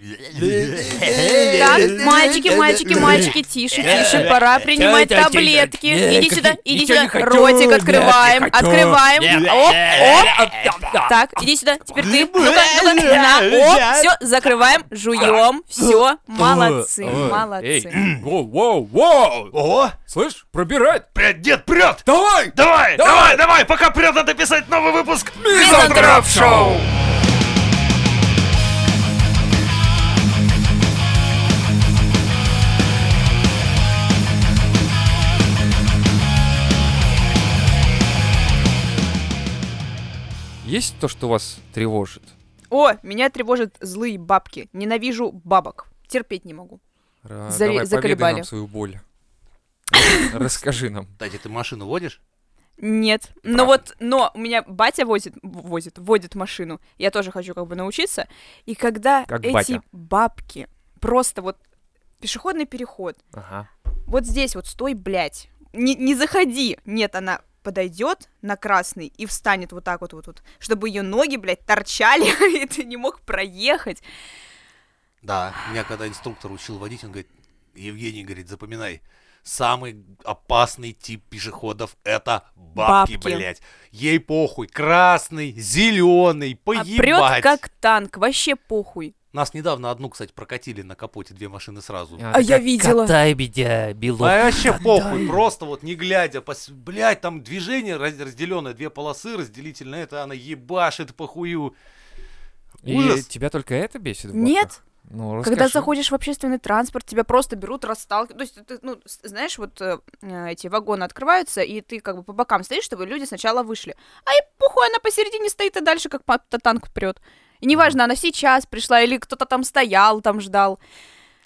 Э, Так, мальчики, мальчики, мальчики, тише, тише, пора принимать Тётя, таблетки. тётя, Иди как- сюда, иди ничего сюда. не хочу, Ротик я открываем, не хочу. открываем. Оп, оп. Да. Так, иди сюда, теперь ты. Ну-ка, ну-ка, на, оп, все, закрываем, Э, жуем, все, молодцы, Ой, молодцы. э, эй, Воу, воу, воу! О, Слышь, пробирает! прет, дед прет! Давай! Давай! Давай, давай, давай, пока прет, надо писать новый выпуск Мизантроп Мизантроп Шоу! Есть то, что вас тревожит? О, меня тревожат злые бабки. Ненавижу бабок. Терпеть не могу. Ра- Заре- Давай, поведай заколебали. нам свою боль. Расскажи нам. Кстати, ты машину водишь? Нет. Правда. Но вот, но у меня батя возит, возит, водит машину. Я тоже хочу как бы научиться. И когда Как эти батя. бабки просто вот пешеходный переход, Ага. вот здесь вот стой, блядь, не, не заходи. Нет, она подойдет на красный и встанет вот так вот, вот, вот чтобы ее ноги, блядь, торчали, и ты не мог проехать. Да, меня когда инструктор учил водить, он говорит, Евгений, говорит, запоминай, самый опасный тип пешеходов это бабки, Бабки. блядь. Ей похуй, красный, зеленый, А поебать. прет как танк, вообще похуй. Нас недавно одну, кстати, прокатили на капоте, две машины сразу. А я видела. Катай меня, Белов. А вообще похуй, просто вот не глядя, пос... блядь, там движение раз- разделенное, две полосы разделительное, это она ебашит похую. И Ужас. тебя только это бесит? в бабках? Нет, Ну, когда расскажи. заходишь в общественный транспорт, тебя просто берут, расталкивают. То есть, ты, ну, с- знаешь, вот э, э, эти вагоны открываются, и ты как бы по бокам стоишь, чтобы люди сначала вышли. А и похуй, она посередине стоит, а дальше как по-то танк прет. И неважно, она сейчас пришла, или кто-то там стоял, там ждал.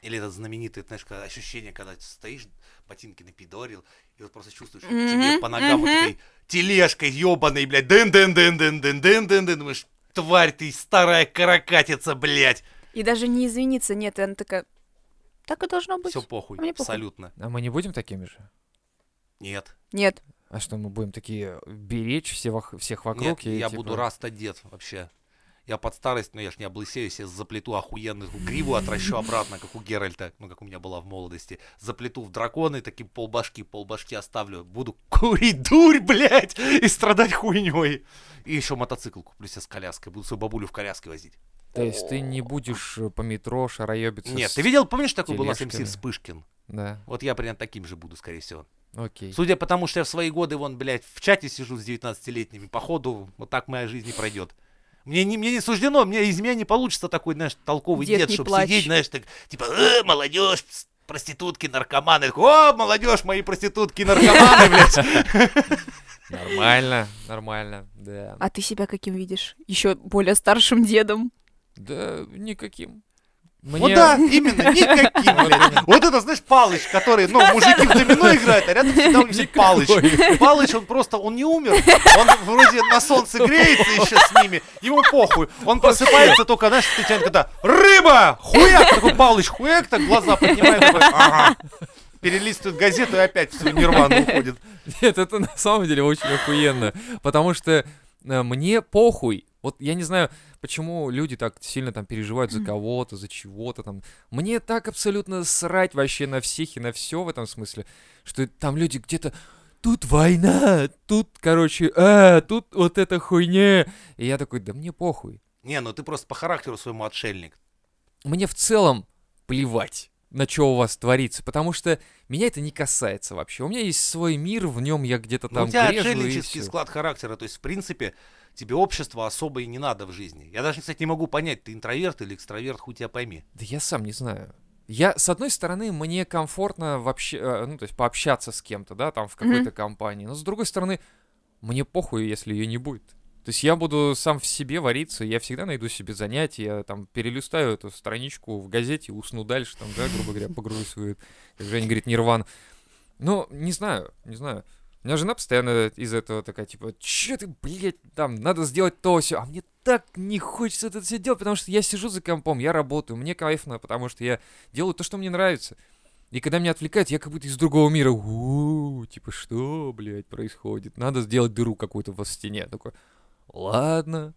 Или это знаменитое, знаешь, когда ощущение, когда стоишь, ботинки напидорил, и вот просто чувствуешь, Мгм, тебе по ногам вот мгм. этой тележкой ебаной, блядь, дын дын дын дын дын дын дын дын думаешь, тварь ты, старая каракатица, блядь. И даже не извиниться, нет, и она такая. Так и должно быть. Все похуй, Мне похуй. абсолютно. А мы не будем такими же? Нет, Нет. А что, мы будем такие э, беречь все вох- всех вокруг? нет, и, я типа, буду раз-то дед вообще. Я под старость, но я ж не облысею, себе заплету охуенную гриву, отращу обратно, как у Геральта, ну, как у меня была в молодости. Заплету в драконы, такие полбашки, полбашки оставлю. Буду курить дурь, блядь, и страдать хуйней. И еще мотоцикл куплю себе с коляской, буду свою бабулю в коляске возить. То есть ты не будешь э, по метро шароебиться? Нет, с- ты видел, помнишь, такой был у нас МС тележками. Вспышкин? Да, Вот я примерно таким же буду, скорее всего. окей. Судя по тому, что я в свои годы, вон, блядь, в чате сижу с 19-летними, походу, вот так моя жизнь и пройдет. Мне не, мне не суждено, мне из меня не получится такой, знаешь, толковый Дед, дед, не чтобы плачь. сидеть, знаешь, так, типа, «Э, молодежь, пс, проститутки, наркоманы. Я такой, О, молодежь, мои проститутки, наркоманы, блядь. Нормально, нормально, да. А ты себя каким видишь? Еще более старшим дедом. Да никаким. Вот да, именно, никаким, блядь. Вот это, знаешь, Палыч, который, ну, мужики в домино играют, а рядом всегда у них сидит Палыч. Палыч, он просто, он не умер, он вроде на солнце греется еще с ними, ему похуй. Он просыпается только, знаешь, ты тянет, когда «Рыба! Хуяк!» Такой Палыч, хуяк, так глаза поднимает, такой, ага. Перелистывает газету и опять в свою нирвану уходит. Нет, это на самом деле очень охуенно. Потому что э, мне похуй. Вот я не знаю, почему люди так сильно там переживают за кого-то, за чего-то там. Мне так абсолютно срать вообще на всех и на все в этом смысле, что там люди где-то Тут война, тут, короче, а, тут вот эта хуйня. И я такой, да мне похуй. Не, ну ты просто по характеру своему отшельник. мне в целом плевать на что у вас творится, потому что меня это не касается вообще. У меня есть свой мир, в нем я где-то Ну, там у тебя грежу и отшельнический всё. склад характера, то есть, в принципе, тебе общество особо и не надо в жизни. Я даже, кстати, не могу понять, ты интроверт или экстраверт, хуй тебя пойми. Да я сам не знаю. Я, с одной стороны, мне комфортно вообще, э, ну, то есть пообщаться с кем-то, да, там в Мгм. какой-то компании, но с другой стороны, мне похуй, если ее не будет. То есть я буду сам в себе вариться, я всегда найду себе занятия, я там перелистаю эту страничку в газете, усну дальше, там, да, грубо говоря, погружусь в свою, как Женя говорит, нирван. Ну, не знаю, не знаю. У меня жена постоянно из этого такая, типа, че ты, блядь, там, надо сделать то, все. А мне так не хочется это все делать, потому что я сижу за компом, я работаю, мне кайфно, потому что я делаю то, что мне нравится. И когда меня отвлекают, я как будто из другого мира. «У, типа, что, блядь, происходит? Надо сделать дыру какую-то во стене. Такой, ладно,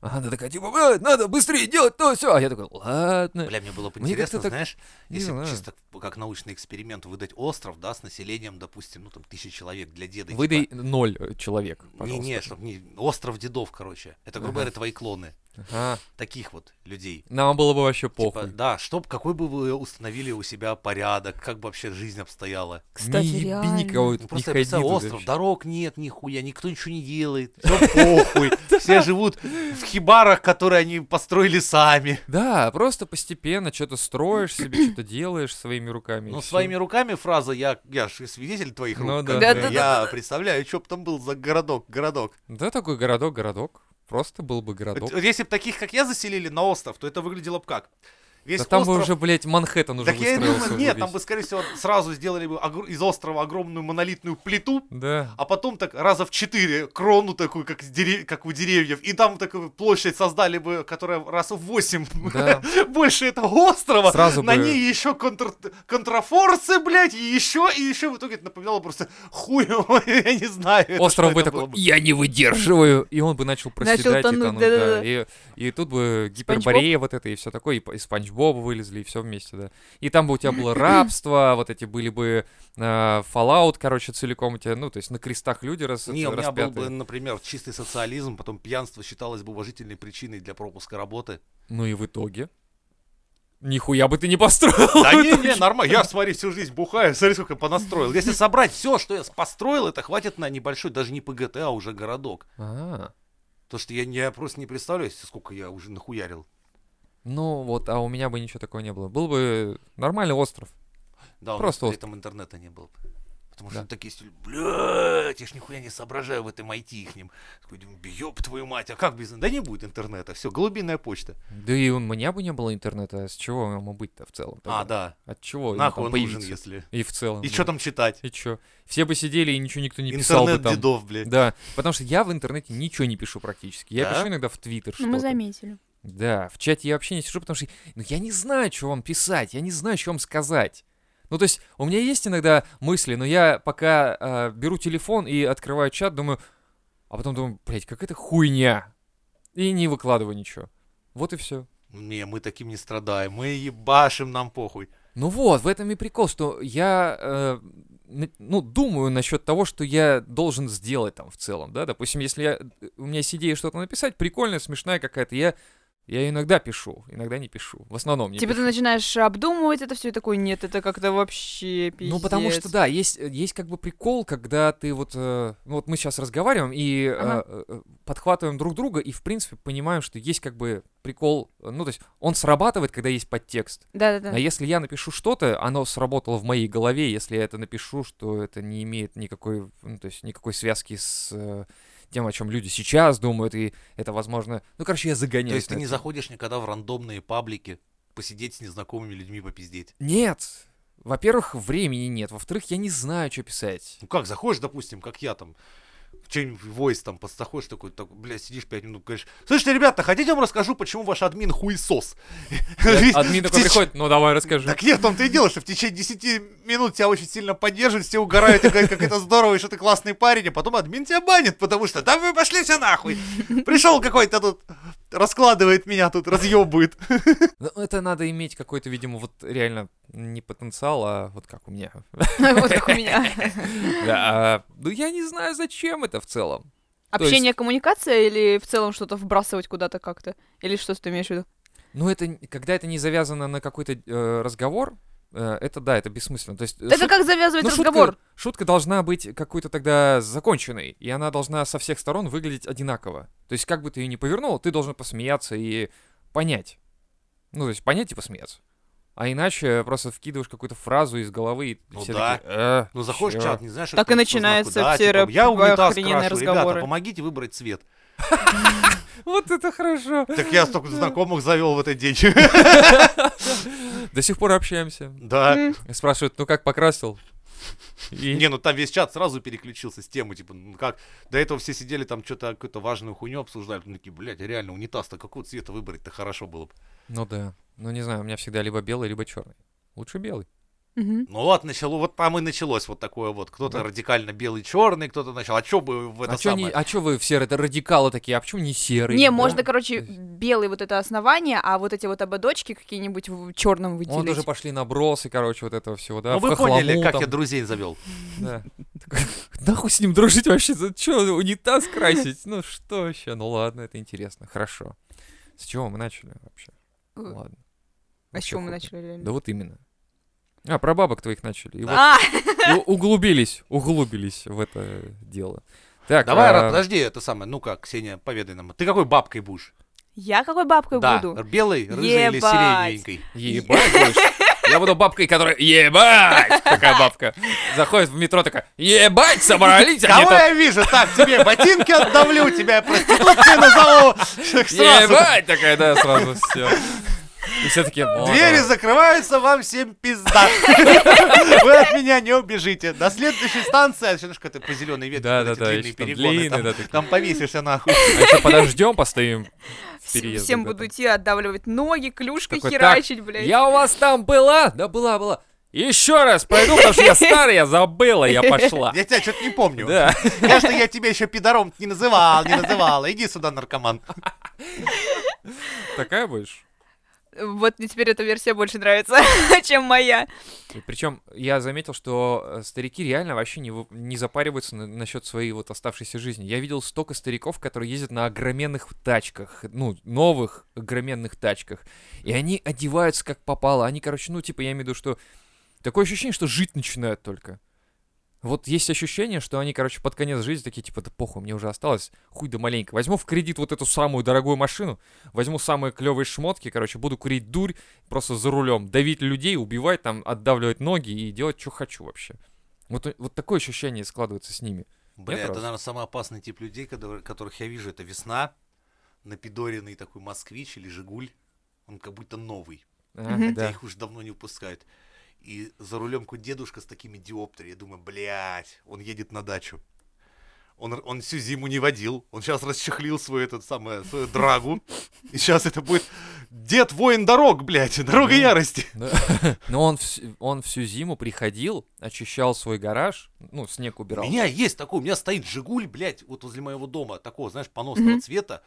А она такая, типа, «Э, надо быстрее делать то все. А я такой, ладно. Бля, мне было бы Мне интересно, как-то так- знаешь, не если бы знаю. чисто как научный эксперимент выдать остров, да, с населением, допустим, ну там тысячи человек для деда. Выдай типа. ноль э, человек, Не, пожалуйста. не, чтоб не остров дедов, короче. Это, грубо Ага. говоря, твои клоны. Ага. Таких вот людей. Нам было бы вообще Типа, похуй. да, чтоб какой бы вы установили у себя порядок, как бы вообще жизнь обстояла. Кстати, не еби реально. никого, Ну, не просто я ходи представил, туда остров, вообще. дорог нет, нихуя, никто ничего не делает. Все похуй. Все живут в хибарах, которые они построили сами. Да, просто постепенно что-то строишь себе, что-то делаешь своими руками. и Ну, всё. своими руками фраза, я, я же свидетель твоих рук. Ну как да. бы, Да-да-да-да. я представляю, что бы там был за городок, городок. Да, такой городок, городок. Просто был бы Вот городок. Если бы таких, как я, заселили на остров, то это выглядело бы как? Весь Да там бы остров- уже, блядь, Манхэттен уже Так я и выстроился. думаю, уже нет, там бы, весь. скорее всего, сразу сделали бы огр- из острова огромную монолитную плиту, Да. а потом так раза в четыре крону такую, как, с дере- как у деревьев, и там такую площадь создали бы, которая раз в восемь Да. больше этого острова. Сразу На бы- ней еще контр... контрафорсы, блядь, и еще, и еще в итоге это напоминало просто хуй, я не знаю. это Остров что бы это было такой, я не выдерживаю. И он бы начал проседать и тонуть, тонуть, да-да-да. да. И, и тут бы гиперборея вот это и все такое, и, п- и Спанч Боба вылезли, и все вместе, да. И там бы у тебя было рабство, вот эти были бы э, Fallout, короче, целиком у тебя, ну, то есть на крестах люди рас, Не, у меня был распяты. бы, например, чистый социализм, потом пьянство считалось бы уважительной причиной для пропуска работы. Ну и в итоге... Нихуя бы ты не построил. Да в не, итоге. не, нормально. Я, смотри, всю жизнь бухаю, смотри, сколько понастроил. Если собрать все, что я с- построил, это хватит на небольшой, даже не ПГТ, а уже городок. А. То, что я, не- я просто не представляю, сколько я уже нахуярил. Ну вот, а у меня бы ничего такого не было. Был бы нормальный остров. Да, у Просто нас при остров. этом интернета не было. бы. Потому Да. что такие стили, блядь, я ж нихуя не соображаю в этом IT ихнем. Такой, думаю, ёб твою мать, а как без... Да не будет интернета, все, глубинная почта. Да и у меня бы не было интернета. а С чего ему быть-то в целом? А, тогда? да, От чего? ему нахуй там он нужен, появиться? если... И в целом. И да. что там читать? И чё? Все бы сидели и ничего никто не писал бы Интернет там. дедов, блядь. Да, потому что я в интернете ничего не пишу практически. Я Да? пишу иногда в Твиттер Ну, что-то. мы заметили. Да, в чате я вообще не сижу, потому что ну, я не знаю, что вам писать, я не знаю, что вам сказать. Ну, то есть, у меня есть иногда мысли, но я пока э, беру телефон и открываю чат, думаю, а потом думаю, блядь, какая-то хуйня. И не выкладываю ничего. Вот и все. Не, мы таким не страдаем, мы ебашим, нам похуй. Ну вот, в этом и прикол, что я, э, на- ну, думаю насчет того, что я должен сделать там в целом, да, допустим, если я, у меня есть идея что-то написать, прикольная, смешная какая-то, я, я иногда пишу, иногда не пишу, в основном не Типа ты пишу. начинаешь обдумывать это все и такой, нет, это как-то вообще пиздец. Ну, потому что, да, есть, э, есть как бы прикол, когда ты вот... э, ну, вот мы сейчас разговариваем и э, Ага. э, э, подхватываем друг друга и, в принципе, понимаем, что есть как бы прикол... э, Ну, то есть он срабатывает, когда есть подтекст. Да-да-да. А если я напишу что-то, оно сработало в моей голове. Если я это напишу, что это не имеет никакой... Ну, то есть никакой связки с э, тем, о чем люди сейчас думают, и это, возможно... Ну, короче, я загоняюсь. То есть ты на не это. заходишь никогда в рандомные паблики посидеть с незнакомыми людьми попиздеть. Нет! Во-первых, времени нет. Во-вторых, я не знаю, что писать. Ну как, заходишь, допустим, как я там, в чем-нибудь войс там подстаходишь такой, такой, бля, сидишь пять минут, говоришь, слушайте, ребята, хотите, я вам расскажу, почему ваш админ хуесос? Э, Админ В такой теч- приходит, ну давай расскажи. Так нет, в том-то и дело, что в течение 10 минут тебя очень сильно поддерживают, все угорают и говорят, как это здорово, и что ты классный парень, а потом админ тебя банит, потому что да вы пошли все нахуй. Пришел какой-то тут, раскладывает меня тут, разъебывает. Ну, это надо иметь какой-то, видимо, вот реально не потенциал, а вот как у меня. Вот как у меня. Да, а, Ну, я не знаю, зачем это в целом. То есть- Общение, коммуникация или в целом что-то вбрасывать куда-то как-то? Или что ты имеешь в виду? Ну, это, н- когда это не завязано на какой-то э, разговор, э, это, да, это бессмысленно. То есть... э, Это шут- как завязывать ну, шутка- разговор? Шутка должна быть какой-то тогда законченной, и она должна со всех сторон выглядеть одинаково. То есть, как бы ты ее ни повернул, ты должен посмеяться и понять. Ну, то есть, понять и посмеяться. А иначе просто вкидываешь какую-то фразу из головы, и Ну все да. такие... «Э, Ну заходишь в чё?» чат, не знаешь, Так и откуда, что начинаются знаку. Да, все типа, Я раб- унитаз охрененные крашу, ребята, разговоры. помогите выбрать цвет. Вот это хорошо. Так я столько знакомых завел в этот день. До сих пор общаемся. Да. М, Спрашивают, ну как покрасил? И- Не, ну там весь чат сразу переключился с темы, типа, ну как, до этого все сидели там что-то, какую-то важную хуйню обсуждали, ну такие, блядь, реально, унитаз-то какого цвета выбрать-то хорошо было бы. Ну да. Ну не знаю, у меня всегда либо белый, либо черный. Лучше белый. Мгм. Ну вот, начало, вот там и началось вот такое вот. Кто-то Да. радикально белый-черный, кто-то начал. А чё бы в это а чё самое? не- а чё вы все это радикалы такие, а почему не серые? Не, да? можно, короче, белый вот это основание, а вот эти вот ободочки какие-нибудь в черном выделить. Вон уже пошли набросы, короче, вот этого всего, да? Ну в вы поняли, хохлому как там, я друзей завел. да. Такой, Нахуй с ним дружить вообще? За что унитаз красить? Ну что вообще? Ну ладно, это интересно, хорошо. С чего мы начали вообще? Э, Ладно. А с чего мы Вообще хуй. начали реально? Да вот именно. А, про бабок твоих начали. И вот А, и углубились, углубились в это дело. Так, Давай, а, Рад, подожди, это самое. Ну-ка, Ксения, поведай нам. Ты какой бабкой будешь? я какой бабкой да, буду? белой, рыжей или Ебать. сиреневенькой? Ебать будешь? Я буду бабкой, которая ебать, такая бабка. Заходит в метро, такая, ебать, собрались А они Кого тут. я вижу? Так, тебе ботинки отдавлю, тебя я проституткой назову. Всех сразу. Ебать, такая, да, сразу все. И все таки Двери закрываются, вам всем пизда. Вы от меня не убежите. До следующей станции, а начнешь как-то по зеленой ветке, Да, вот да, эти да, еще длинные там перегоны, длинные, там- да, такие. там повесишься нахуй. А еще подождем, постоим в Вс- переезде, Всем да, буду там. идти отдавливать ноги, клюшкой Такой, херачить, блядь. Я у вас там была? Да была, была. Еще раз пойду, потому что я старая, я забыла, я пошла. Я тебя что-то не помню. Да. Кажется, я тебя еще пидором не называл, не называла. Иди сюда, наркоман. Такая будешь? Вот мне теперь эта версия больше нравится, чем моя. Причем я заметил, что э, старики реально вообще не, вы- не запариваются на- насчет своей вот оставшейся жизни. Я видел столько стариков, которые ездят на огроменных тачках, ну, новых огроменных тачках. И они одеваются как попало. Они, короче, ну, типа, я имею в виду, что такое ощущение, что жить начинают только. Вот есть ощущение, что они, короче, под конец жизни такие, типа, да похуй, мне уже осталось, хуй да маленько. Возьму в кредит вот эту самую дорогую машину, возьму самые клевые шмотки, короче, буду курить дурь просто за рулем, давить людей, убивать там, отдавливать ноги и делать, что хочу вообще. Вот, э, вот такое ощущение складывается с ними. Бля, Нет, это, раз. наверное, самый опасный тип людей, которые- которых я вижу. Это весна, напидоренный такой москвич или жигуль. Он как будто новый. А, Мгм. Да. да. Их уже давно не выпускают. И за рулем какой дедушка с такими диоптерами. Я думаю, блядь, он едет на дачу. Он, р- он всю зиму не водил. Он сейчас расчехлил свою, этот, самое, свою драгу. И сейчас это будет дед воин дорог, блядь. Дорога Да. ярости. Да. Но он, вс- он всю зиму приходил, очищал свой гараж, ну, снег убирал. У меня есть такой, у меня стоит Жигуль, блядь, вот возле моего дома, такого, знаешь, поносного Мгм. цвета,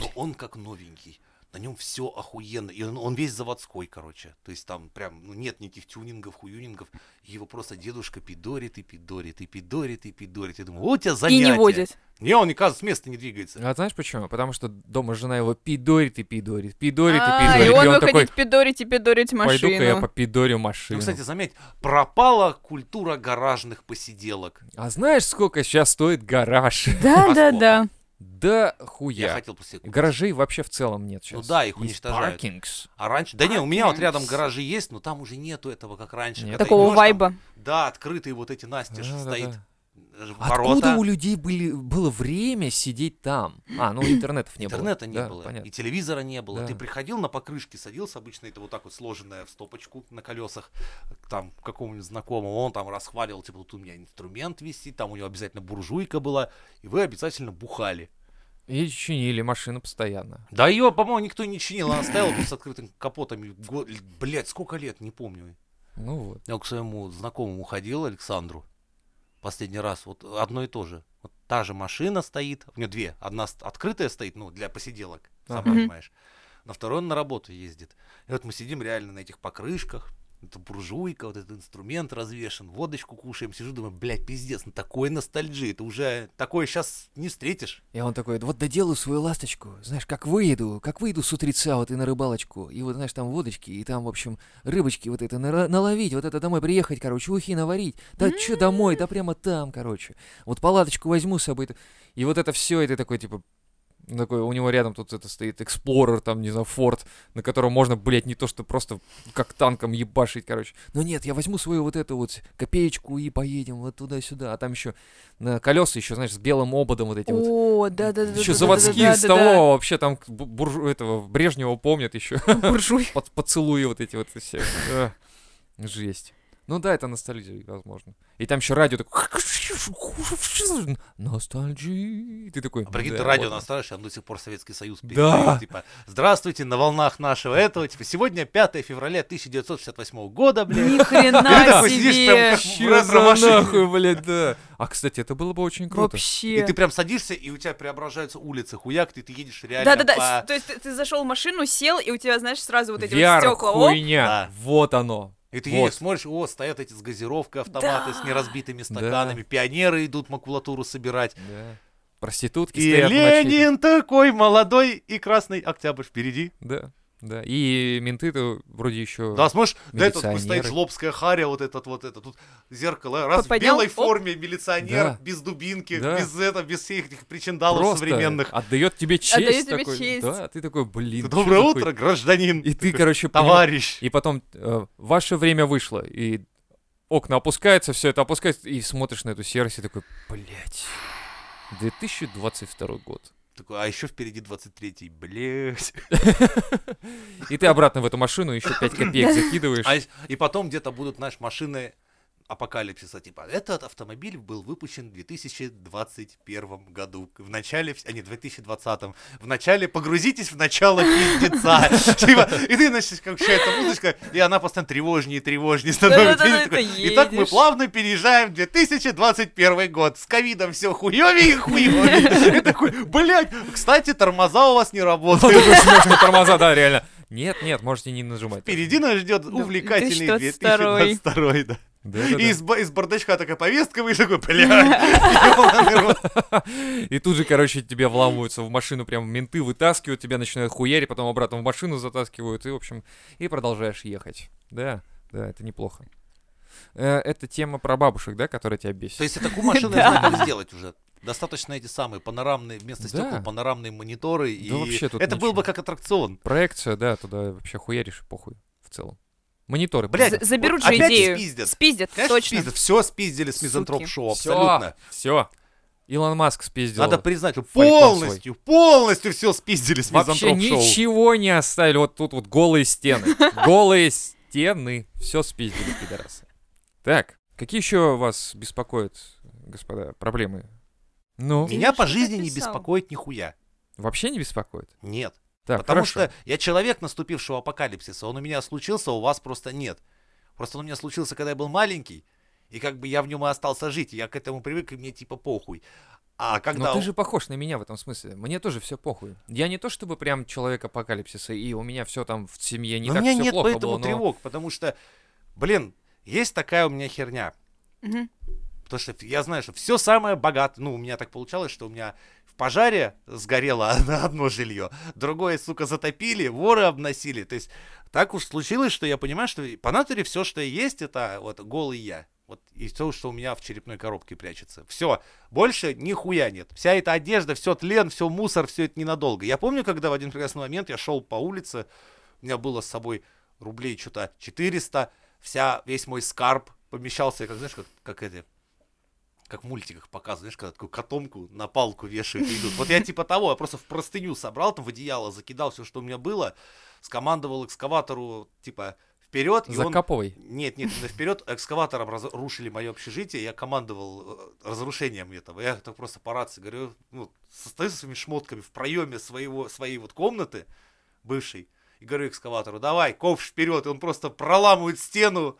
но он как новенький. На нем все охуенно. И он, он весь заводской, короче. То есть там прям ну, нет никаких тюнингов, хуюнингов. И Его просто дедушка пидорит и пидорит и пидорит и пидорит. Я думаю, вот у тебя И занятие. не водит. Не, он, кажется, с места не двигается. А знаешь почему? Потому что дома жена его пидорит и пидорит, пидорит и А, пидорит. и он и он такой, выходит пидорить и пидорить пойду-ка я машину. попидорю Ну, машину. кстати, заметь, пропала культура гаражных посиделок. А знаешь, сколько сейчас стоит гараж? Да, да, да. Да Я, хуя. хотел просто себе купить. Гаражей вообще в целом нет сейчас. да, их Есть уничтожают. паркингс. А раньше... Да не, у меня вот рядом Паркингс. гаражи есть, но там уже нету этого, как раньше. Нет. когда Такого идёшь, там вайба. Да, открытые вот эти настежь Да-да-да. стоит. э, Откуда Ворота. у людей были, было время сидеть там? А, ну интернетов не было. Интернета не Да, было, понятно. и телевизора не было. Да. Ты приходил на покрышки, садился, обычно это вот так вот сложенное в стопочку на колесах, к там к какому-нибудь знакомому, он там расхваливал, типа, тут у меня инструмент висит, там у него обязательно буржуйка была, и вы обязательно бухали. И чинили машину постоянно. Да ее, по-моему, никто не чинил, она стояла просто с открытым капотом. и го- Блядь, сколько лет, не помню. Ну вот. Я к своему знакомому ходил, Александру, последний раз, вот одно и то же. Вот та же машина стоит, у него две. Одна с- открытая стоит, ну, для посиделок, сам Ага. Мгм. понимаешь. На второй он на работу ездит. И вот мы сидим реально на этих покрышках, это буржуйка, вот этот инструмент развешен, водочку кушаем, сижу, думаю, блядь, пиздец, ну такой ностальджи, это уже такое сейчас не встретишь. И он такой, вот доделаю свою ласточку, знаешь, как выеду, как выеду с утреца вот и на рыбалочку, и вот, знаешь, там водочки, и там, в общем, рыбочки вот это нара- наловить, вот это домой приехать, короче, ухи наварить, да чё домой, да прямо там, короче, вот палаточку возьму с собой, и вот это все, и ты такой, типа, ну, такой, у него рядом тут это стоит Explorer, там, не знаю, Форд, на котором можно, блядь, не то что просто как танком ебашить, короче. Но нет, я возьму свою вот эту вот копеечку и поедем вот туда-сюда. А там еще на колеса еще, знаешь, с белым ободом вот эти вот. О, да, да, да. да, Еще да, заводские да, с да, того да. вообще там к- бу- буржу этого Брежнева помнят еще. Буржуй. Под, поцелуи вот эти вот Э, все. Эх, Жесть. Ну да, это ностальгия, возможно. И там еще радио такое. Ностальджи. Ты такой... А прикинь, «Да, ты радио вот». настраиваешь, а он до сих пор Советский Союз песню Да. поет, Типа, здравствуйте, на волнах нашего этого. Типа, сегодня 5 февраля 1968 года, блядь. Ни хрена такой сидишь себе. прям как- Чё раз за ромаши. нахуй, блядь, да. А, кстати, это было бы очень круто. И Вообще. ты прям садишься, и у тебя преображаются улицы, хуяк, ты, ты едешь реально Да-да-да, с- по- то есть ты, ты зашел в машину, сел, и у тебя, знаешь, сразу вот эти вот VR стекла. хуйня. Да. Вот оно. И ты Вот. едешь, смотришь, о, стоят эти с газировкой автоматы, с неразбитыми стаканами, Да. пионеры идут макулатуру собирать. Да. Проститутки И стоят в мачете. Ленин такой молодой и красный октябрь впереди. Да, да. И менты-то вроде еще... Да, смотришь, да, это вот Милиционеры. стоит жлобская харя, вот этот вот это, тут зеркало, раз Поднял, в белой оп. форме милиционер, Да. без дубинки, Да. без этого, без всех этих причиндалов современных. отдает тебе честь. Отдаёт тебе такой. честь. Да, ты такой, блин. чё Доброе такой- утро, гражданин. И ты, Такой, короче, поним- товарищ. И потом э, ваше время вышло, и окна опускаются, все это опускается, и смотришь на эту серость и такой, блядь, 2022 год. Такой, а еще впереди 23-й, блядь. И ты обратно в эту машину еще 5 копеек закидываешь. А ес- и потом где-то будут, знаешь, машины апокалипсиса, типа, этот автомобиль был выпущен в 2021 году, в начале, вс- а не, в 2020, в начале, погрузитесь в начало пиздеца, Типа, и ты, значит, как вся эта музычка, и она постоянно тревожнее и тревожнее становится. Да-да-да, И ты такой, ты Итак, мы едешь». плавно переезжаем в 2021 год, с ковидом все хуёвее и хуёвее, и такой, блядь, кстати, тормоза у вас не Ты работают. нажимаешь на тормоза, да, реально. Нет, нет, можете не нажимать. Впереди нас ждет увлекательный 2022. 2022, да. Да, да, да. И из, ба- из бардачка такая повестка вышла, такой, блядь, ёбаный рот. И тут же, короче, тебя вламываются в машину, прям менты вытаскивают, тебя начинают хуярить, потом обратно в машину затаскивают, и, в общем, и продолжаешь ехать. Да, да, это неплохо. Э, Это тема про бабушек, да, которая тебя бесит? То есть и такую машину не знаю, как сделать уже. Достаточно эти самые панорамные, вместо Да. стекол панорамные мониторы. и вообще тут Это было ничего. бы как аттракцион. Проекция, да, туда вообще хуяришь и похуй в целом. Мониторы. Блядь, З- заберут вот же опять идею. спиздят. Спиздят, точно. Все спиздили с Суки. мизантроп-шоу, абсолютно. Все. Илон Маск спиздил. Надо признать, Фалькон свой. полностью, полностью все спиздили с Вообще мизантроп-шоу. ничего не оставили. Вот тут вот голые стены. Голые стены. Все спиздили, пидорасы. Так, какие еще вас беспокоят, господа, проблемы? Ну, И- Меня Ты по что жизни не написал? беспокоит нихуя. вообще не беспокоит? Нет. Так, Потому хорошо. что я человек наступившего апокалипсиса. Он у меня случился, а у вас просто нет. Просто он у меня случился, когда я был маленький, и как бы я в нем и остался жить. и Я к этому привык, и мне типа похуй. А когда... Но он- Ну, ты же похож на меня в этом смысле. Мне тоже все похуй. Я не то чтобы прям человек апокалипсиса, и у меня все там в семье не Но у так меня всё нет плохо поэтому было, но- тревог, потому что, блин, есть такая у меня херня. Мгм. Потому что я знаю, что все самое богатое. Ну, у меня так получалось, что у меня в пожаре сгорело одно- одно жилье, другое, сука, затопили, воры обносили. То есть так уж случилось, что я понимаю, что по натуре все, что есть, это вот голый я. Вот и все, что у меня в черепной коробке прячется. Все, больше нихуя нет. Вся эта одежда, все тлен, все мусор, все это ненадолго. Я помню, когда в один прекрасный момент я шел по улице, у меня было с собой рублей что-то 400, вся, весь мой скарб помещался, как знаешь, как, как это, как в мультиках показывают, знаешь, когда такую котомку на палку вешают и идут. Вот я типа того, я просто в простыню собрал, там в одеяло закидал все, что у меня было, скомандовал экскаватору, типа, вперед, и он Закапывай. нет, нет, именно вперед. Экскаватором разрушили мое общежитие. Я командовал э, разрушением этого. Я так просто по рации говорю, ну, состою со своими шмотками в проеме своего, своей вот комнаты бывшей. И говорю экскаватору, давай, ковш вперед. И он просто проламывает стену,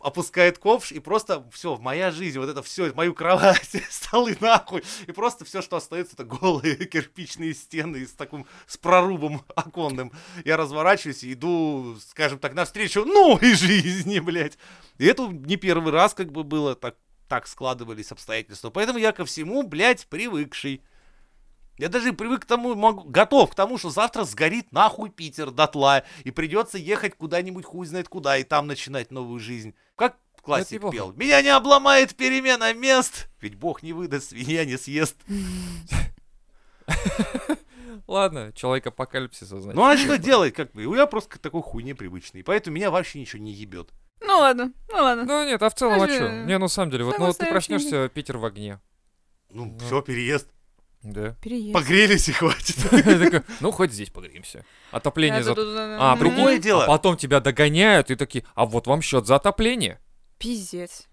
опускает ковш, и просто все, моя жизнь, вот это все, мою кровать, столы нахуй. И просто все, что остается, это голые кирпичные стены с таким, с прорубом оконным. Я разворачиваюсь и иду, скажем так, навстречу новой жизни, блядь. И это не первый раз как бы было, так, так складывались обстоятельства. Поэтому я ко всему, блядь, привыкший. Я даже привык к тому, могу, готов к тому, что завтра сгорит нахуй Питер дотла, и придется ехать куда-нибудь хуй знает куда, и там начинать новую жизнь. Как классик неплохо. пел. Меня не обломает перемена мест, ведь бог не выдаст, свинья не съест. Ладно, человек апокалипсиса, значит. Ну а что делать? Как бы? Я просто к такой хуйне привычный, поэтому меня вообще ничего не ебет. Ну ладно, ну ладно. Ну нет, а в целом, а Даже- что? Не, ну, на самом деле, вот, ну, Самое вот ты настоящее. проснешься, Питер в огне. Ну, Да. все, переезд. Да. Переезд. Погрелись и хватит. Такой, Ну, хоть здесь погреемся. Отопление Я за... тут- А, Мгм. Другое прикинь, дело. а потом тебя догоняют и такие, а вот вам счет за отопление. Пиздец.